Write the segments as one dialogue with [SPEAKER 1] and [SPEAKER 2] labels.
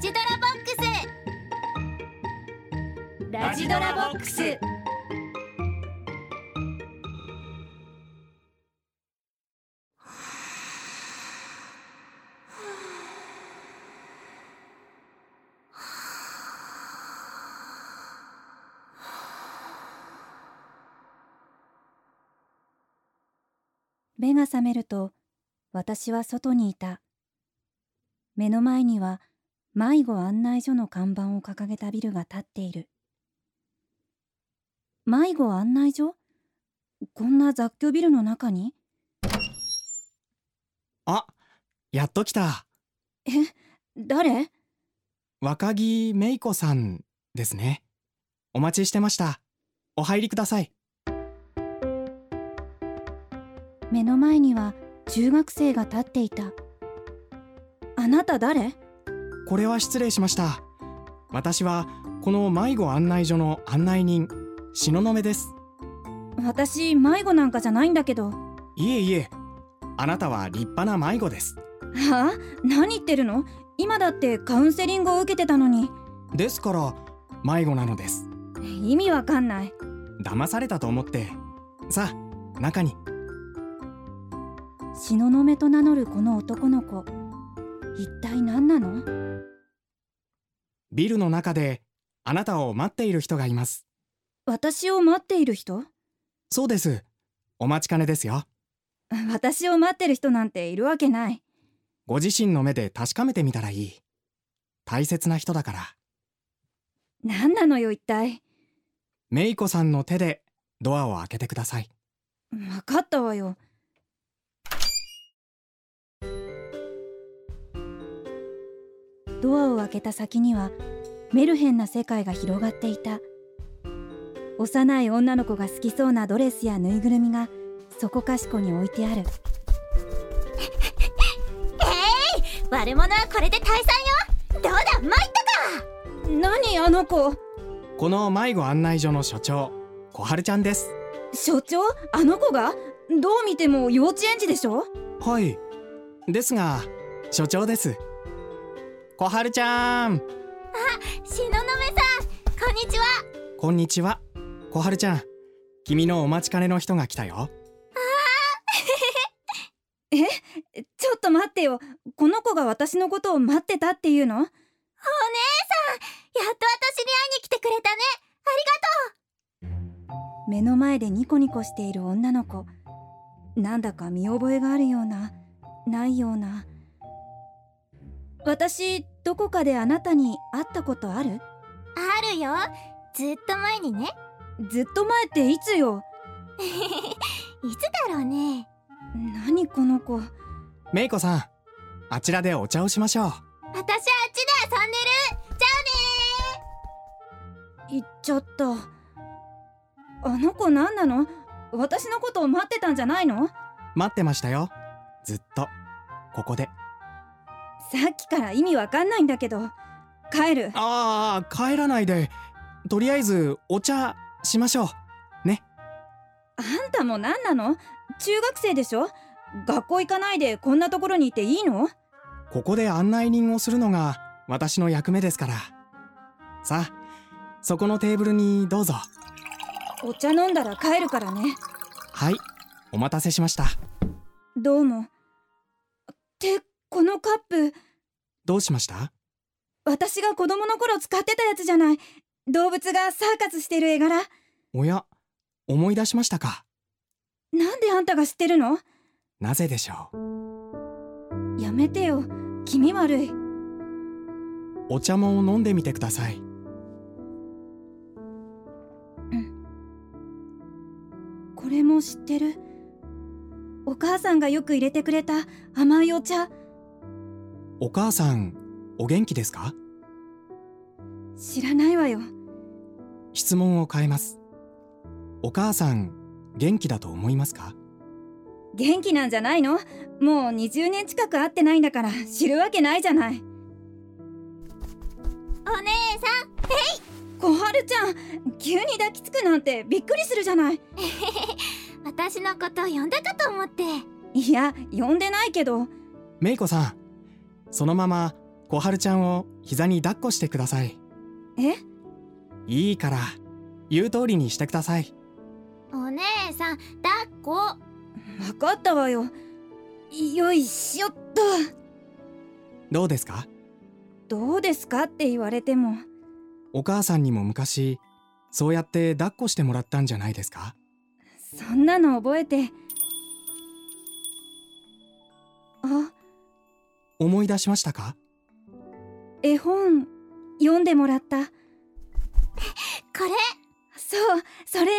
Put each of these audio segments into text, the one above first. [SPEAKER 1] ジドラボックス
[SPEAKER 2] ラジドラボックス
[SPEAKER 3] 目が覚めると私は外にいた目の前には迷子案内所の看板を掲げたビルが立っている迷子案内所こんな雑居ビルの中に
[SPEAKER 4] あやっと来た
[SPEAKER 3] え誰
[SPEAKER 4] 若木芽衣子さんですねお待ちしてましたお入りください
[SPEAKER 3] 目の前には中学生が立っていたあなた誰
[SPEAKER 4] これは失礼しました私はこの迷子案内所の案内人東雲です
[SPEAKER 3] 私迷子なんかじゃないんだけど
[SPEAKER 4] いえいえあなたは立派な迷子です
[SPEAKER 3] はあ何言ってるの今だってカウンセリングを受けてたのに
[SPEAKER 4] ですから迷子なのです
[SPEAKER 3] 意味わかんない
[SPEAKER 4] 騙されたと思ってさあ中に
[SPEAKER 3] 東雲と名乗るこの男の子一体何なの
[SPEAKER 4] ビルの中であなたを待っている人がいます
[SPEAKER 3] 私を待っている人
[SPEAKER 4] そうですお待ちかねですよ
[SPEAKER 3] 私を待ってる人なんているわけない
[SPEAKER 4] ご自身の目で確かめてみたらいい大切な人だから
[SPEAKER 3] 何なのよ一体
[SPEAKER 4] めいこさんの手でドアを開けてください
[SPEAKER 3] 分かったわよドアを開けた先にはメルヘンな世界が広がっていた幼い女の子が好きそうなドレスやぬいぐるみがそこかしこに置いてある
[SPEAKER 1] えい、悪者はこれで退散よどうだ参った
[SPEAKER 3] か何あの子
[SPEAKER 4] この迷子案内所の所長小春ちゃんです
[SPEAKER 3] 所長あの子がどう見ても幼稚園児でしょ
[SPEAKER 4] はいですが所長です小春ちゃんあ、
[SPEAKER 1] 東雲さんこんにちは
[SPEAKER 4] こんにちは小春ちゃん君のお待ちかねの人が来たよ
[SPEAKER 3] えちょっと待ってよこの子が私のことを待ってたっていうのお姉
[SPEAKER 1] さんやっと私に会いに来てくれたねあり
[SPEAKER 3] がとう目の前でニコニコしている女の子なんだか見覚えがあるようなないような私どこかであなたに会ったことある
[SPEAKER 1] あるよずっと前にね
[SPEAKER 3] ずっと前っていつよ
[SPEAKER 1] いつだろうね
[SPEAKER 3] 何この子
[SPEAKER 4] めいこさんあちらでお茶をしましょう私
[SPEAKER 1] あっちで遊んでる
[SPEAKER 3] じゃあね行っちゃったあの子何なの私のことを待ってたんじゃないの
[SPEAKER 4] 待ってましたよずっとここで
[SPEAKER 3] さっきから意味わかんないんだけど帰る
[SPEAKER 4] ああ帰らないでとりあえずお茶しましょうね
[SPEAKER 3] あんたも何なの中学生でしょ学校行かないでこんなところにいていいの
[SPEAKER 4] ここで案内人をするのが私の役目ですからさあそこのテーブルにどうぞ
[SPEAKER 3] お茶飲んだら帰るからね
[SPEAKER 4] はいお待たせしました
[SPEAKER 3] どうもってこのカップ
[SPEAKER 4] どうしました
[SPEAKER 3] 私が子供の頃使ってたやつじゃない動物がサーカスしてる絵柄
[SPEAKER 4] おや思い出しましたか
[SPEAKER 3] なんであんたが知ってるの
[SPEAKER 4] なぜでしょ
[SPEAKER 3] うやめてよ気味悪い、
[SPEAKER 4] お茶も飲んでみてください、うん
[SPEAKER 3] これも知ってるお母さんがよく入れてくれた甘いお茶
[SPEAKER 4] お母さんお元気ですか
[SPEAKER 3] 知らないわよ
[SPEAKER 4] 質問を変えますお母さん元気だと思いますか
[SPEAKER 3] 元気なんじゃないのもう20年近く会ってないんだから知るわけないじゃない
[SPEAKER 1] さ
[SPEAKER 3] お姉
[SPEAKER 1] んえい
[SPEAKER 3] 小春ちゃん急に抱きつくなんてびっくりするじゃない
[SPEAKER 1] 私のことを呼んだかと思って
[SPEAKER 3] いや呼んでないけど
[SPEAKER 4] めいこさんそのまま小春ちゃんを膝に抱っこしてください
[SPEAKER 3] え
[SPEAKER 4] いいから言う通りにしてください
[SPEAKER 1] お姉さん抱っこ
[SPEAKER 3] 分かったわよよいしょっと
[SPEAKER 4] どうですか
[SPEAKER 3] どうですかって言われても
[SPEAKER 4] お母さんにも昔そうやって抱っこしてもらったんじゃないですか
[SPEAKER 3] そんなの覚えてあ
[SPEAKER 4] 思い出しましたか
[SPEAKER 3] 絵本読んでもらった
[SPEAKER 1] これ
[SPEAKER 3] そうそれ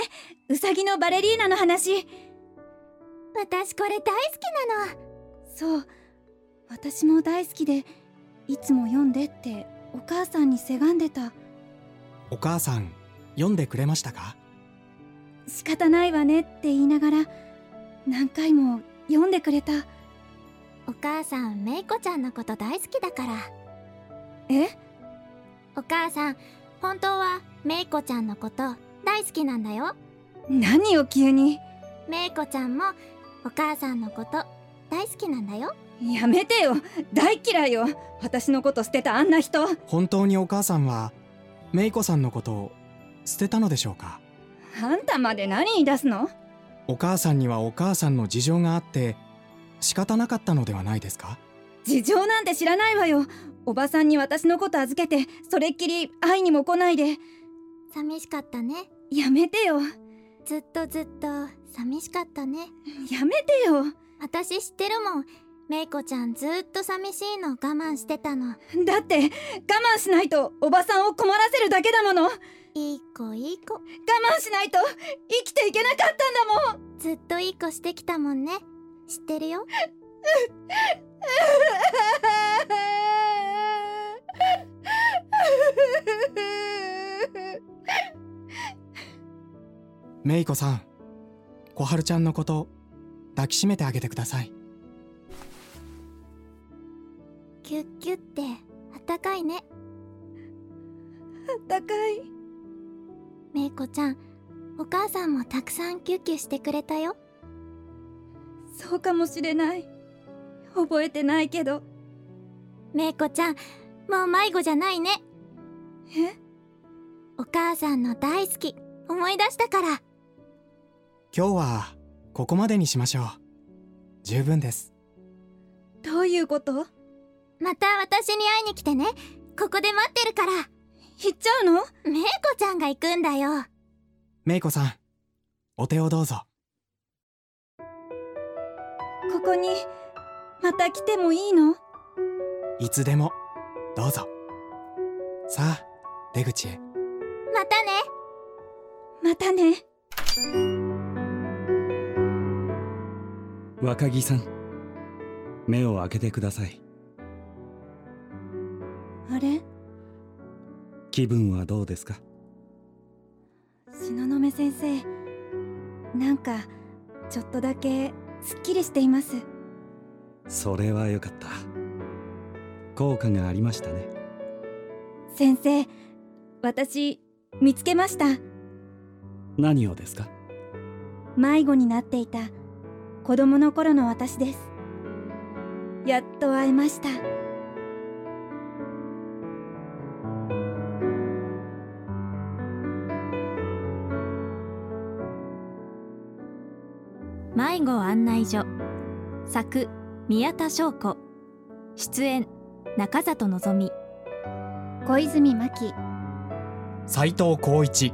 [SPEAKER 3] うさぎのバレリーナの話
[SPEAKER 1] 私これ大好きなの
[SPEAKER 3] そう私も大好きでいつも読んでってお母さんにせがんでた
[SPEAKER 4] お母さん読んでくれましたか
[SPEAKER 3] 仕方ないわねって言いながら何回も読んでくれた
[SPEAKER 1] お母さんめいこちゃんのこと大好きだから
[SPEAKER 3] え
[SPEAKER 1] お母さん本当はめいこちゃんのこと大好きなんだよ
[SPEAKER 3] 何を急に
[SPEAKER 1] めいこちゃんもお母さんのこと大好きなんだよ
[SPEAKER 3] やめてよ大嫌いよ私のこと捨てたあんな人
[SPEAKER 4] 本当にお母さんはめいこさんのことを捨てたのでしょうか
[SPEAKER 3] あんたまで何言い出すの
[SPEAKER 4] お母さんにはお母さんの事情があって仕方なかったのではないですか
[SPEAKER 3] 事情なんて知らないわよおばさんに私のこと預けてそれっきり会いにも来ないで
[SPEAKER 1] 寂しかったね
[SPEAKER 3] やめてよ
[SPEAKER 1] ずっとずっと寂しかったね
[SPEAKER 3] やめてよ
[SPEAKER 1] 私知ってるもんめいこちゃんずっと寂しいの我慢してたの
[SPEAKER 3] だって我慢しないとおばさんを困らせるだけだもの我
[SPEAKER 1] いい子いい子
[SPEAKER 3] 慢しないと生きていけなかったんだもん
[SPEAKER 1] ずっといい子してきたもんね知ってるよ
[SPEAKER 4] めいこさん小春ちゃんのこと抱きしめてあげてください
[SPEAKER 1] キュッキュってあったかいね
[SPEAKER 3] あったかい
[SPEAKER 1] めいこちゃんお母さんもたくさんキュッキュしてくれたよ
[SPEAKER 3] そうかもしれない覚えてないけど
[SPEAKER 1] めいこちゃんもう迷子じゃないね
[SPEAKER 3] え
[SPEAKER 1] お母さんの大好き思い出したから
[SPEAKER 4] 今日はここまでにしましょう十分です
[SPEAKER 3] どういうこと
[SPEAKER 1] また私に会いに来てねここで待ってるから
[SPEAKER 3] 行っちゃうの
[SPEAKER 1] めいこちゃんが行くんだよ
[SPEAKER 4] めいこさんお手をどうぞ
[SPEAKER 3] ここにまた来てもいいの
[SPEAKER 4] いつでもどうぞさあ出口へ
[SPEAKER 1] またね
[SPEAKER 3] またね
[SPEAKER 2] 若木さん目を開けてください
[SPEAKER 3] あれ
[SPEAKER 2] 気分はどうですか
[SPEAKER 3] 東雲先生なんかちょっとだけすっきりしています
[SPEAKER 2] それは良かった効果がありましたね
[SPEAKER 3] 先生私見つけました
[SPEAKER 2] 何をですか
[SPEAKER 3] 迷子になっていた子供の頃の私ですやっと会えました
[SPEAKER 5] 迷子案内所作宮田翔子出演中里望み
[SPEAKER 3] 小泉真希
[SPEAKER 4] 斉藤浩一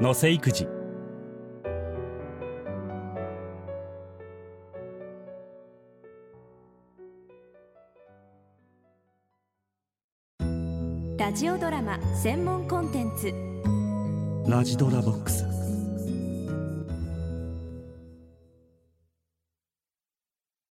[SPEAKER 2] 野瀬育児
[SPEAKER 5] ラジオドラマ専門コンテンツ
[SPEAKER 2] ラジドラボックス